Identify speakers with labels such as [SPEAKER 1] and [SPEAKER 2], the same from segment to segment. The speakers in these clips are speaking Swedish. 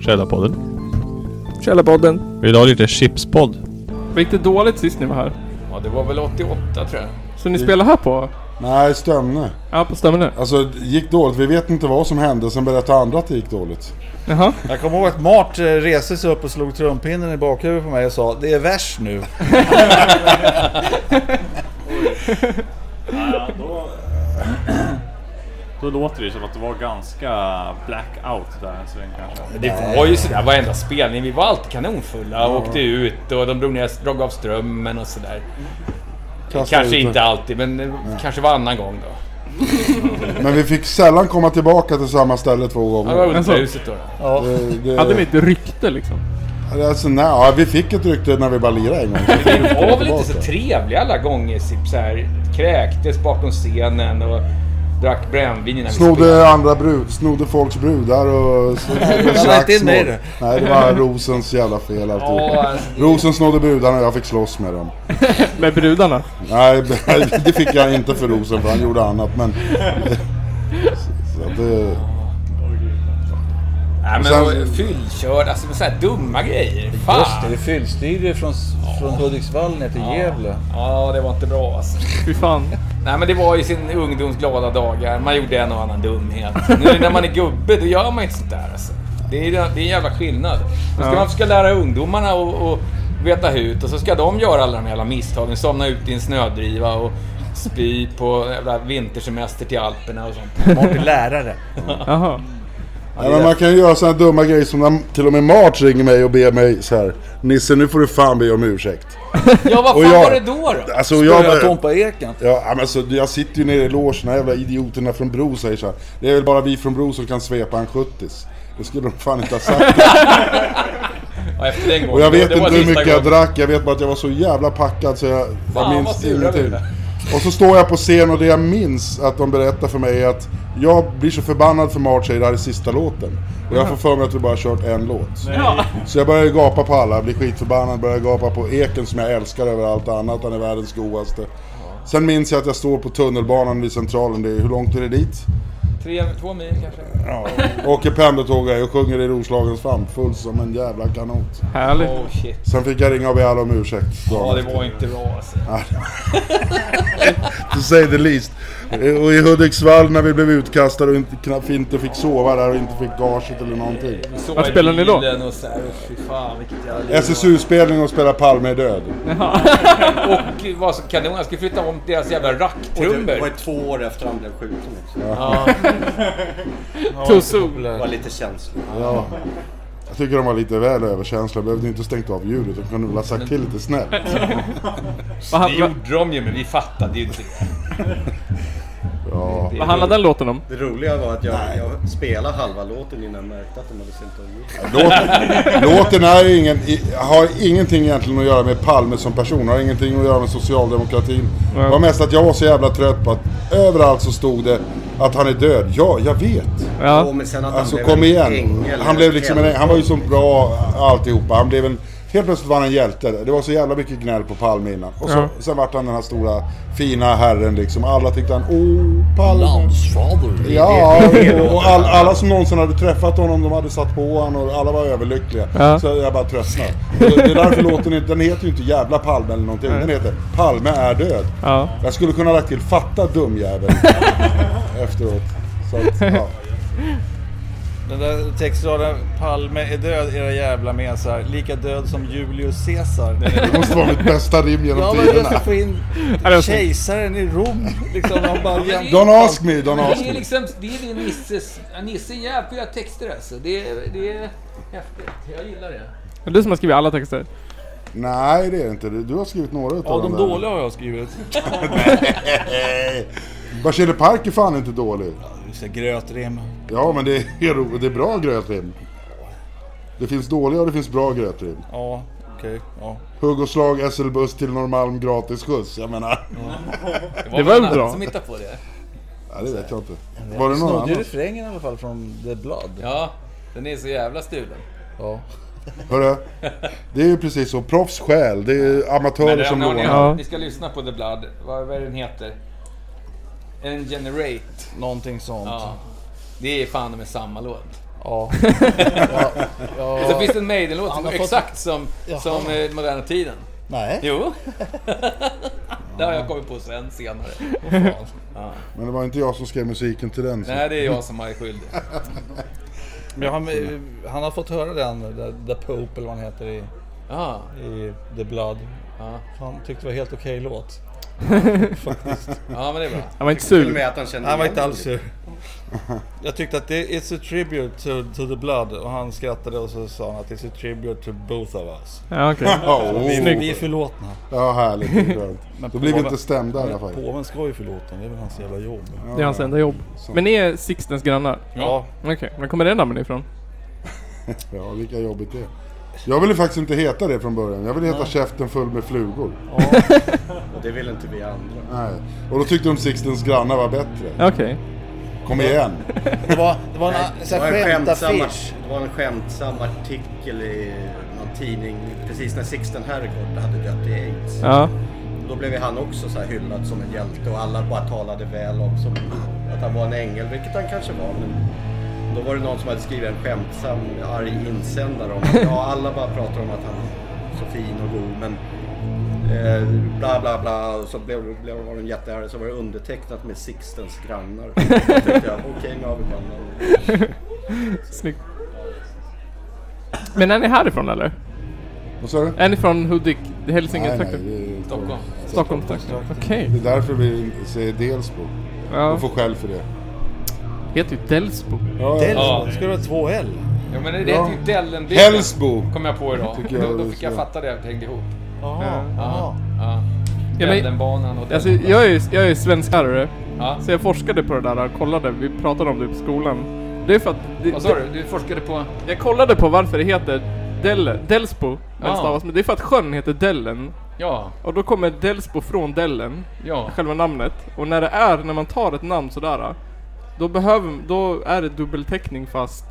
[SPEAKER 1] Källarpodden.
[SPEAKER 2] Källarpodden.
[SPEAKER 1] Idag lite chipspodd.
[SPEAKER 2] Gick det dåligt sist ni var här?
[SPEAKER 3] Ja, det var väl 88 tror jag.
[SPEAKER 2] Så ni spelar här på?
[SPEAKER 4] Nej, Stömne.
[SPEAKER 2] Ja, på Stömne?
[SPEAKER 4] Alltså, det gick dåligt. Vi vet inte vad som hände. Sen berättade andra att det gick dåligt.
[SPEAKER 2] Jaha.
[SPEAKER 5] Jag kommer ihåg att Mart eh, reste sig upp och slog trumpinnen i bakhuvudet på mig och sa Det är värst nu.
[SPEAKER 6] Då låter det ju som att det var ganska blackout där en sväng kanske.
[SPEAKER 3] Det var ju sådär varenda spelning. Vi var alltid kanonfulla och åkte ut och de drog, ner, drog av strömmen och sådär.
[SPEAKER 4] Kastade
[SPEAKER 3] Kanske
[SPEAKER 4] ut det.
[SPEAKER 3] inte alltid, men eh, kanske varannan gång då.
[SPEAKER 4] Men vi fick sällan komma tillbaka till samma ställe två
[SPEAKER 3] Ja, det var
[SPEAKER 4] gånger.
[SPEAKER 2] Alltså.
[SPEAKER 3] Ultrahuset då. då.
[SPEAKER 4] Det,
[SPEAKER 2] Hade ni
[SPEAKER 4] det,
[SPEAKER 2] ett rykte liksom?
[SPEAKER 4] alltså, nej, ja, vi fick ett rykte när vi bara lirade en gång.
[SPEAKER 3] Vi var väl inte så trevliga alla gånger. Sip, så här, kräktes bakom scenen och drack brännvin innan vi spelade.
[SPEAKER 4] Snodde, andra brud, snodde folks brudar och... så-
[SPEAKER 5] var inte inne i det.
[SPEAKER 4] Nej, det var Rosens jävla fel
[SPEAKER 3] Ja,
[SPEAKER 4] alltihop.
[SPEAKER 3] alltså, det-
[SPEAKER 4] Rosen snodde brudarna och jag fick slåss med dem.
[SPEAKER 2] Med brudarna?
[SPEAKER 4] Nej, det fick jag inte för Rosen för han gjorde annat men... Så att det,
[SPEAKER 3] Nej, men
[SPEAKER 4] Sen-
[SPEAKER 3] och fyllkörd, alltså med sådana här dumma grejer.
[SPEAKER 4] Ah.
[SPEAKER 3] Fan!
[SPEAKER 5] Just det, det är fyllstyre från, från Hudiksvall ner till Gävle.
[SPEAKER 3] Ja, det var inte bra alltså.
[SPEAKER 2] Fy fan.
[SPEAKER 3] Nej men det var ju sin ungdoms glada dagar. Man gjorde en och annan dumhet. Nu när man är gubbe, då gör man ju inte sånt där alltså. Det är, det är en jävla skillnad. Då ska
[SPEAKER 2] Ja.
[SPEAKER 3] man försöka lära ungdomarna och, och veta hut och så ska de göra alla de jävla misstagen. Somna ut i en snödriva och spy på jävla vintersemester till Alperna och sånt.
[SPEAKER 5] Mart är lärare.
[SPEAKER 2] Jaha.
[SPEAKER 4] Nej, men man kan ju göra sådana dumma grejer som när till och med Mart ringer mig och ber mig så här. Nisse nu får du fan be om ursäkt.
[SPEAKER 3] Ja, vad
[SPEAKER 4] Och
[SPEAKER 3] fan
[SPEAKER 4] jag-
[SPEAKER 3] var det då då?
[SPEAKER 4] Alltså och
[SPEAKER 5] Jag
[SPEAKER 4] jag...
[SPEAKER 5] var Tompa Eken.
[SPEAKER 4] Ja, ja, men så, jag sitter ju nere i logen, de här jävla idioterna från Bro säger så här. Det är väl bara vi från Bro som kan svepa en 70 Det skulle de fan inte ha sagt.
[SPEAKER 3] Ja, efter den gången.
[SPEAKER 4] Och jag vet
[SPEAKER 3] det var
[SPEAKER 4] inte hur
[SPEAKER 3] sista
[SPEAKER 4] mycket jag
[SPEAKER 3] gången.
[SPEAKER 4] drack, jag vet bara att jag var så jävla packad så jag, jag
[SPEAKER 3] Fan, vad
[SPEAKER 4] minns
[SPEAKER 3] sura vi
[SPEAKER 4] ingenting.
[SPEAKER 3] blev.
[SPEAKER 4] Och så står jag på scen och det jag minns att de berättar för mig är att jag blir så förbannad för Mart säger det här är sista låten. Och jag får för mig att vi bara har kört en låt. Så jag börjar ju gapa på alla, blir skitförbannad, börjar gapa på Eken som jag älskar över allt annat, han är världens godaste. Sen minns jag att jag står på tunnelbanan vid Centralen, det är, hur långt är det dit?
[SPEAKER 3] Tre, två mil kanske.
[SPEAKER 4] Ja. Åker pendeltåg och sjunger i Roslagens famn, full som en jävla kanot.
[SPEAKER 2] Härligt.
[SPEAKER 3] Oh shit.
[SPEAKER 4] Sen fick jag ringa och be alla om ursäkt. dagen
[SPEAKER 3] Ja, det
[SPEAKER 4] efter.
[SPEAKER 3] var inte bra alltså.
[SPEAKER 4] to say the least. Eh, Och i Hudiksvall när vi blev utkastade och inte, knappt inte fick sova där och inte fick gaget eller någonting.
[SPEAKER 3] Så
[SPEAKER 2] Vad
[SPEAKER 3] i
[SPEAKER 2] spelar ni då?
[SPEAKER 3] bilen Och så här, fy fan vilket jävla liv.
[SPEAKER 4] SSU-spelning och spela Palme är död.
[SPEAKER 3] Och vad så kanon, jag skulle flytta om deras jävla
[SPEAKER 7] Det var
[SPEAKER 3] racktrummor.
[SPEAKER 7] två år efter han blev skjuten också. Det
[SPEAKER 2] Too soon.
[SPEAKER 7] var lite känsligt.
[SPEAKER 4] Ja. Jag tycker de var lite väl överkänsliga. Behövde inte stängt av ljudet. De kunde väl ha sagt till lite snällt.
[SPEAKER 2] Vad,
[SPEAKER 3] Det
[SPEAKER 2] han, vad,
[SPEAKER 3] gjorde de ju, men vi fattade ju inte.
[SPEAKER 4] Ja.
[SPEAKER 2] vad handlar den låten om?
[SPEAKER 7] Det roliga var att jag, jag spelade halva låten innan jag märkte att de hade synt om mig.
[SPEAKER 4] Låt, låten är ingen, i- har ingenting egentligen att göra med Palme som person. Har ingenting att göra med socialdemokratin. Det var mest att jag var så jävla trött på att överallt så stod det att han är död. Ja, jag vet.
[SPEAKER 2] Ja.
[SPEAKER 7] Och men sen att han
[SPEAKER 4] Alltså
[SPEAKER 7] blev
[SPEAKER 4] kom
[SPEAKER 7] en
[SPEAKER 4] igen.
[SPEAKER 7] ängel,
[SPEAKER 4] Han, blev liksom en,
[SPEAKER 7] helgon.
[SPEAKER 4] han var ju så bra alltihopa. Han blev en, helt plötsligt var han en hjälte. Det var så jävla mycket gnäll på Palme innan. Och så,
[SPEAKER 2] Ja.
[SPEAKER 4] sen vart han den här stora fina herren liksom. Alla tyckte han, åh Palme. Ja, och, och all, alla som någonsin hade träffat honom, de hade satt på honom och alla var överlyckliga.
[SPEAKER 2] Ja.
[SPEAKER 4] Så jag bara tröttnade. Och Det är därför låten inte, den heter ju inte Jävla Palme eller någonting. Den heter Palme är död.
[SPEAKER 2] Ja.
[SPEAKER 4] Jag skulle kunna ha lagt till Fatta dumjävel efteråt. Så att, ja.
[SPEAKER 5] Den där textraden Palme är död era jävla mesar. Lika död som Julius Caesar.
[SPEAKER 4] Det måste vara mitt bästa rim
[SPEAKER 5] Ja
[SPEAKER 4] genom
[SPEAKER 5] men jag
[SPEAKER 4] tiderna.
[SPEAKER 5] ska få in
[SPEAKER 2] det var snyggt.
[SPEAKER 5] kejsaren i Rom liksom. Han bara jämt-
[SPEAKER 4] Don't ask me, don't ask
[SPEAKER 3] Det är
[SPEAKER 4] me.
[SPEAKER 3] liksom, det är din Nisses... ja, Nisse är jävliga texter alltså. Det är, det är häftigt. Jag gillar det.
[SPEAKER 2] Det är du som har skrivit alla texter.
[SPEAKER 4] Nej, det är det inte. Du har skrivit några utav
[SPEAKER 5] Ja, de
[SPEAKER 4] där.
[SPEAKER 5] dåliga har jag skrivit.
[SPEAKER 4] Barsele Park är fan inte dålig.
[SPEAKER 5] Just det, Grötrim.
[SPEAKER 4] Ja, men det är, ro- det är bra grötrim. Det finns dåliga och det finns bra grötrim.
[SPEAKER 5] Ja, okej. Ja.
[SPEAKER 4] Hugg och slag, SL-buss till Norrmalm, gratis skjuts. Jag menar,
[SPEAKER 2] Det var
[SPEAKER 3] någon
[SPEAKER 2] väl
[SPEAKER 3] annan
[SPEAKER 2] bra.
[SPEAKER 3] som hittade på det.
[SPEAKER 4] ja, det vet jag inte. Var det någon
[SPEAKER 5] Snodde ju
[SPEAKER 4] annan?
[SPEAKER 5] refrängen i alla fall från The Blood.
[SPEAKER 3] Ja, den är så jävla stulen.
[SPEAKER 5] Ja.
[SPEAKER 4] Hörru, det är ju precis så. Proffs stjäl. Det är amatörer som
[SPEAKER 3] har ni,
[SPEAKER 4] lånar.
[SPEAKER 2] Ja.
[SPEAKER 3] ni ska lyssna på The Blood. Vad, vad är den heter? En Generate.
[SPEAKER 5] Någonting sånt.
[SPEAKER 3] Ja. Det är fan med samma låt.
[SPEAKER 5] Ja.
[SPEAKER 3] Och så finns det en Maiden-låt som
[SPEAKER 5] Han har
[SPEAKER 3] är
[SPEAKER 5] fått-
[SPEAKER 3] exakt som,
[SPEAKER 5] Jaha.
[SPEAKER 3] som eh, Moderna Tiden.
[SPEAKER 5] Nej.
[SPEAKER 3] Jo. det har jag kommit på sen senare.
[SPEAKER 4] Men det var inte jag som skrev musiken till den. Så.
[SPEAKER 3] Nej, det är jag som är skyldig.
[SPEAKER 5] Men han, han har fått höra den, The, the Pope eller vad han heter i,
[SPEAKER 3] Ja.
[SPEAKER 5] i The Blood.
[SPEAKER 3] Ja.
[SPEAKER 5] Han tyckte det var helt okej låt.
[SPEAKER 3] ja, men det är bra.
[SPEAKER 2] Han var inte
[SPEAKER 7] Till och
[SPEAKER 2] sur.
[SPEAKER 7] med att han kände
[SPEAKER 5] Han var
[SPEAKER 7] igen
[SPEAKER 5] inte
[SPEAKER 7] den.
[SPEAKER 5] alls sur. Jag tyckte att det it's a tribute to, to the blood och han skrattade och så sa han att it's a tribute to both of us.
[SPEAKER 2] Ja, okej.
[SPEAKER 4] Ja, oh. åh.
[SPEAKER 2] Snyggt.
[SPEAKER 5] Vi är förlåtna.
[SPEAKER 4] Ja, härligt. det är skönt. Då blir vi
[SPEAKER 5] påven-
[SPEAKER 4] inte stämda i alla fall.
[SPEAKER 5] Påven ska ju förlåta, det är väl hans jävla jobb.
[SPEAKER 2] Det är hans enda jobb. Men ni är Sixtens grannar?
[SPEAKER 5] Ja.
[SPEAKER 2] Okej, men kommer det namnet ifrån?
[SPEAKER 3] Mm.
[SPEAKER 4] Ja, vilka jobbigt det är. Jag ville faktiskt inte heta det från början. Jag ville heta Käften full med flugor.
[SPEAKER 7] Och det vill inte vi andra.
[SPEAKER 4] Nej. Och då tyckte de Sixtens grannar var bättre.
[SPEAKER 2] Okej.
[SPEAKER 4] Kom igen!
[SPEAKER 5] Det var, det var en
[SPEAKER 7] Det
[SPEAKER 5] sån
[SPEAKER 7] var, en
[SPEAKER 5] Ah, här
[SPEAKER 7] skämtsam,
[SPEAKER 5] skämtaffisch.
[SPEAKER 7] det var en skämtsam artikel i någon tidning precis när Sixten Herrgård hade dött i aids.
[SPEAKER 2] Ja.
[SPEAKER 7] Då blev ju han också så här hyllad som en hjälte och alla bara talade väl om som att han var en ängel, vilket han kanske var. Men då var det någon som hade skrivit en skämtsam arg insändare om att ja, alla bara pratar om att han är så fin och god men eh, bla bla bla och så blev, blev, var de jättearga. Så var det undertecknat med Sixtens grannar. Då tänkte jag, okej nu har vi mannen.
[SPEAKER 2] Snyggt. Men är ni härifrån eller?
[SPEAKER 4] Vad sa du?
[SPEAKER 2] Är ni från Hudik,
[SPEAKER 4] Nej, nej,
[SPEAKER 2] Hälsingletrakten?
[SPEAKER 4] det är
[SPEAKER 3] Stockholm.
[SPEAKER 2] Stockholm, tack. Okej.
[SPEAKER 4] Det är därför vi säger Delsbo.
[SPEAKER 2] Ja.
[SPEAKER 4] Och får skäll för det.
[SPEAKER 2] Heter ju Delsbo.
[SPEAKER 4] Ja, ja.
[SPEAKER 5] Ja. Ska det vara två L?
[SPEAKER 3] Ja, men det det heter ju Dellenbygden.
[SPEAKER 4] Hellsbo!
[SPEAKER 3] Kom jag på idag.
[SPEAKER 4] Tycker jag
[SPEAKER 3] Då, då
[SPEAKER 4] det
[SPEAKER 3] fick jag
[SPEAKER 4] ska-
[SPEAKER 3] fatta det, jag hängde ihop.
[SPEAKER 5] Jaha.
[SPEAKER 3] Ja.
[SPEAKER 5] Ja.
[SPEAKER 2] Ja,
[SPEAKER 3] Ja.
[SPEAKER 2] men-
[SPEAKER 3] Dellenbanan och den.
[SPEAKER 2] Alltså, jag är ju jag är svenskare.
[SPEAKER 3] ja.
[SPEAKER 2] Så jag forskade på det där och kollade. Vi pratade om det på skolan. Det är för att... Det,
[SPEAKER 3] Vad sa du? Du forskade på...
[SPEAKER 2] Jag kollade på varför det heter Del, Delsbo. när
[SPEAKER 3] Ja.
[SPEAKER 2] det stavas, Men det är för att sjön heter Dellen.
[SPEAKER 3] Ja,
[SPEAKER 2] Och då kommer Delsbo från Dellen.
[SPEAKER 3] ja.
[SPEAKER 2] Själva namnet. Och när det är, när man tar ett namn sådär. Då behöver, då är det dubbelteckning fast,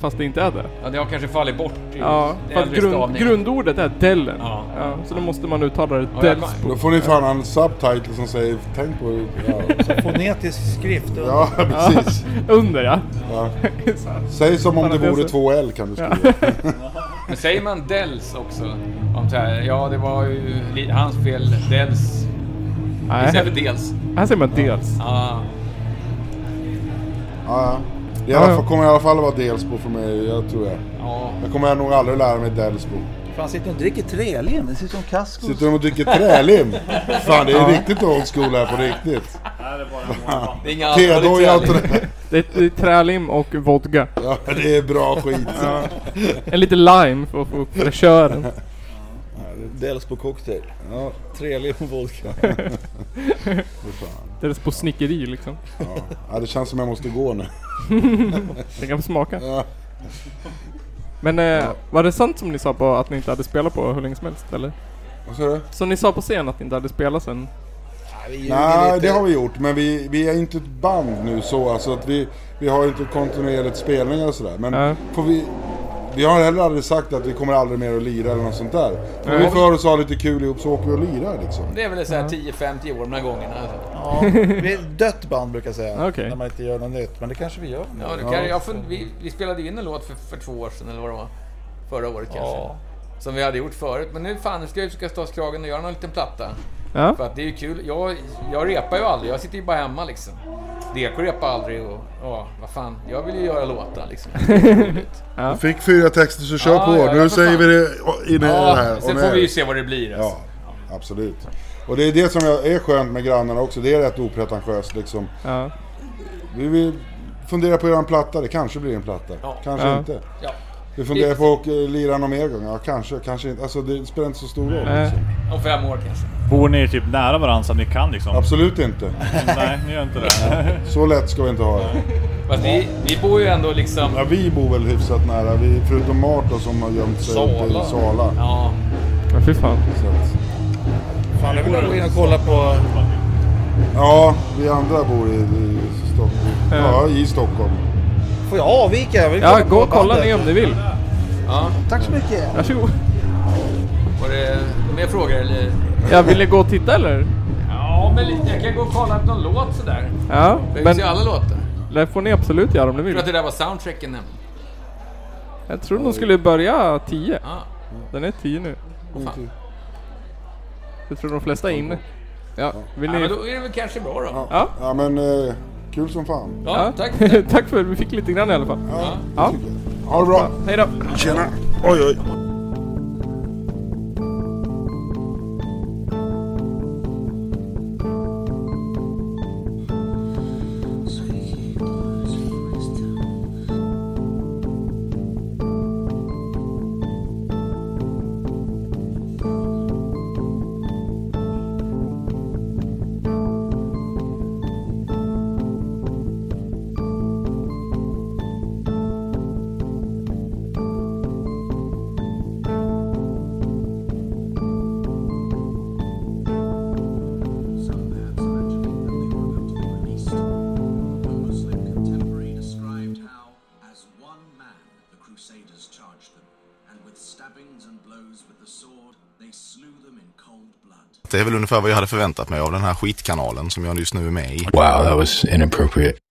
[SPEAKER 2] fast det inte är det.
[SPEAKER 3] ja det har kanske fallit bort i
[SPEAKER 2] Ja, för att
[SPEAKER 3] äldre
[SPEAKER 2] grund,
[SPEAKER 3] stavningar.
[SPEAKER 2] grundordet är Dellen.
[SPEAKER 3] Ja.
[SPEAKER 2] Ja. så då måste man uttala det
[SPEAKER 3] Ja, jag-
[SPEAKER 2] Delsbo.
[SPEAKER 4] Då får ni fan en subtitle som säger tänk på... Ja,
[SPEAKER 5] Fonetisk skrift. och-
[SPEAKER 4] ja precis.
[SPEAKER 2] Under ja.
[SPEAKER 4] Ja. Säg som om det vore
[SPEAKER 2] Parentesen.
[SPEAKER 4] två L kan du skriva.
[SPEAKER 3] Men säger man Dels också? Om så här, ja, det var ju li- hans fel. Dels
[SPEAKER 2] Nej,
[SPEAKER 3] istället
[SPEAKER 2] här,
[SPEAKER 3] för dels. Ah.
[SPEAKER 2] här säger man dels.
[SPEAKER 3] Ja,
[SPEAKER 4] Ja, ja. I alla
[SPEAKER 2] Ja,
[SPEAKER 4] fall,
[SPEAKER 2] ja.
[SPEAKER 4] kommer i alla fall vara Delsbo för mig, jag tror jag.
[SPEAKER 3] ja.
[SPEAKER 4] Jag kommer nog aldrig lära mig Delsbo.
[SPEAKER 5] Fan, sitter och dricker trälim. Det ser ut som kasko.
[SPEAKER 4] Sitter de och dricker trälim? Fan, det är riktigt old school här på riktigt.
[SPEAKER 6] Nej, det är bara en målvakt.
[SPEAKER 3] Det är inga
[SPEAKER 4] Tedoja och
[SPEAKER 3] alkoholister.
[SPEAKER 4] trä...
[SPEAKER 2] Det är, det är trälim och vodka.
[SPEAKER 4] Ja, det är bra skit.
[SPEAKER 2] En lite lime för att få upp fräschören.
[SPEAKER 5] Delsbo cocktail.
[SPEAKER 4] Ja,
[SPEAKER 5] Trälim och vodka.
[SPEAKER 4] för fan.
[SPEAKER 2] Delsbo snickeri liksom.
[SPEAKER 4] Ja, det känns som jag måste gå nu.
[SPEAKER 2] Det kan få smaka.
[SPEAKER 4] Ja.
[SPEAKER 2] Men eh, var det sant som ni sa på att ni inte hade spelat på hur länge som helst eller?
[SPEAKER 4] Vad sa du?
[SPEAKER 2] Som ni sa på scen att ni inte hade spelat sen?
[SPEAKER 4] Nej, det har vi gjort. Men vi, vi är inte ett band nu så. Alltså att vi, vi har ju inte kontinuerligt spelningar och sådär. Men
[SPEAKER 2] Nej.
[SPEAKER 4] får vi, vi har heller aldrig sagt att vi kommer aldrig mer att lira eller något sånt där. Om vi
[SPEAKER 2] Nej.
[SPEAKER 4] för oss ha lite kul ihop så åker vi och lirar liksom.
[SPEAKER 3] Det är väl så här 10-50 år de här gångerna. Alltså.
[SPEAKER 5] Ja, vi är ett dött band brukar jag säga.
[SPEAKER 2] Okej.
[SPEAKER 5] När man inte gör något nytt. Men det kanske vi gör. nu.
[SPEAKER 3] Ja, det kan, jag fund, vi, vi spelade in en låt för, för två år sedan eller vad det var. Förra året kanske.
[SPEAKER 5] Ja.
[SPEAKER 3] Som vi hade gjort förut. Men nu fan, nu ska jag försöka ta oss kragen och göra någon liten platta.
[SPEAKER 2] Ja.
[SPEAKER 3] För att det är ju kul. Jag, jag repar ju aldrig. Jag sitter ju bara hemma liksom. Deko repar aldrig och ja, vad fan. Jag vill ju göra låtar liksom.
[SPEAKER 2] Ja.
[SPEAKER 4] Fick fyra texter så kör
[SPEAKER 3] Ja,
[SPEAKER 4] på.
[SPEAKER 3] ja,
[SPEAKER 4] nu
[SPEAKER 3] ja, för fan.
[SPEAKER 4] säger vi det inne i det
[SPEAKER 3] Ja,
[SPEAKER 4] här.
[SPEAKER 3] sen
[SPEAKER 4] on
[SPEAKER 3] får vi
[SPEAKER 4] air.
[SPEAKER 3] ju se vad det blir. Alltså.
[SPEAKER 4] Ja, absolut. Och det är det som är skönt med grannarna också. Det är rätt opretentiöst liksom.
[SPEAKER 2] Ja.
[SPEAKER 4] Vi vill fundera på att göra en platta. Det kanske blir en platta.
[SPEAKER 3] Ja.
[SPEAKER 4] Kanske
[SPEAKER 2] Ja.
[SPEAKER 4] inte.
[SPEAKER 3] Ja.
[SPEAKER 4] Vi funderar på att eh, lira någon mer gång. Ja, kanske. Kanske inte. Alltså det spelar inte så stor roll.
[SPEAKER 2] Nej.
[SPEAKER 4] Liksom.
[SPEAKER 3] Om fem år kanske.
[SPEAKER 6] Bor ni typ nära varandra så att ni kan liksom?
[SPEAKER 4] Absolut inte.
[SPEAKER 6] Nej, ni gör inte det.
[SPEAKER 4] Så lätt ska vi inte ha det.
[SPEAKER 3] Fast vi, vi bor ju ändå liksom...
[SPEAKER 4] Ja, vi bor väl hyfsat nära. Vi, förutom Mart då, som har gömt sig ute i
[SPEAKER 3] Sala.
[SPEAKER 4] Sala.
[SPEAKER 3] Ja.
[SPEAKER 2] ja, fy fan.
[SPEAKER 4] Så att,
[SPEAKER 5] Fan, jag borde gå in och kolla på...
[SPEAKER 4] ja, vi andra bor i, i Stockholm. Ja, i Stockholm.
[SPEAKER 5] Får jag avvika? Jag vill
[SPEAKER 2] Ja,
[SPEAKER 5] kolla
[SPEAKER 2] gå och
[SPEAKER 5] på
[SPEAKER 2] kolla
[SPEAKER 5] bandet.
[SPEAKER 2] ner om ni vill.
[SPEAKER 3] Ja.
[SPEAKER 8] Tack så mycket.
[SPEAKER 2] Varsågod.
[SPEAKER 3] Var det mer frågor eller?
[SPEAKER 2] Jag ville gå och titta eller?
[SPEAKER 3] Ja, men lite. Jag kan gå och kolla på någon låt sådär.
[SPEAKER 2] Ja,
[SPEAKER 3] Jag
[SPEAKER 2] men
[SPEAKER 3] finns ju alla låtar.
[SPEAKER 2] det får ni absolut göra om ni
[SPEAKER 3] Jag tror
[SPEAKER 2] vill.
[SPEAKER 3] att det där var soundtracken nämligen.
[SPEAKER 2] Jag tror de skulle börja 10.
[SPEAKER 3] Ja.
[SPEAKER 2] Den är 10 nu. Jag tror de flesta är inne. Ja, vill
[SPEAKER 3] Ja, men
[SPEAKER 2] ni?
[SPEAKER 3] då är det väl kanske bra då.
[SPEAKER 2] Ja.
[SPEAKER 4] Ja men, eh, kul som fan.
[SPEAKER 3] Ja, tack.
[SPEAKER 2] Tack för att vi fick lite grann i alla fall.
[SPEAKER 4] Ja,
[SPEAKER 2] Ja.
[SPEAKER 4] tycker jag. Ha det bra.
[SPEAKER 2] Hej då.
[SPEAKER 4] Tjena. Oj, oj.
[SPEAKER 9] Det är väl ungefär vad jag hade förväntat mig av den här skitkanalen som jag just nu är med i.
[SPEAKER 10] Wow, that was inappropriate.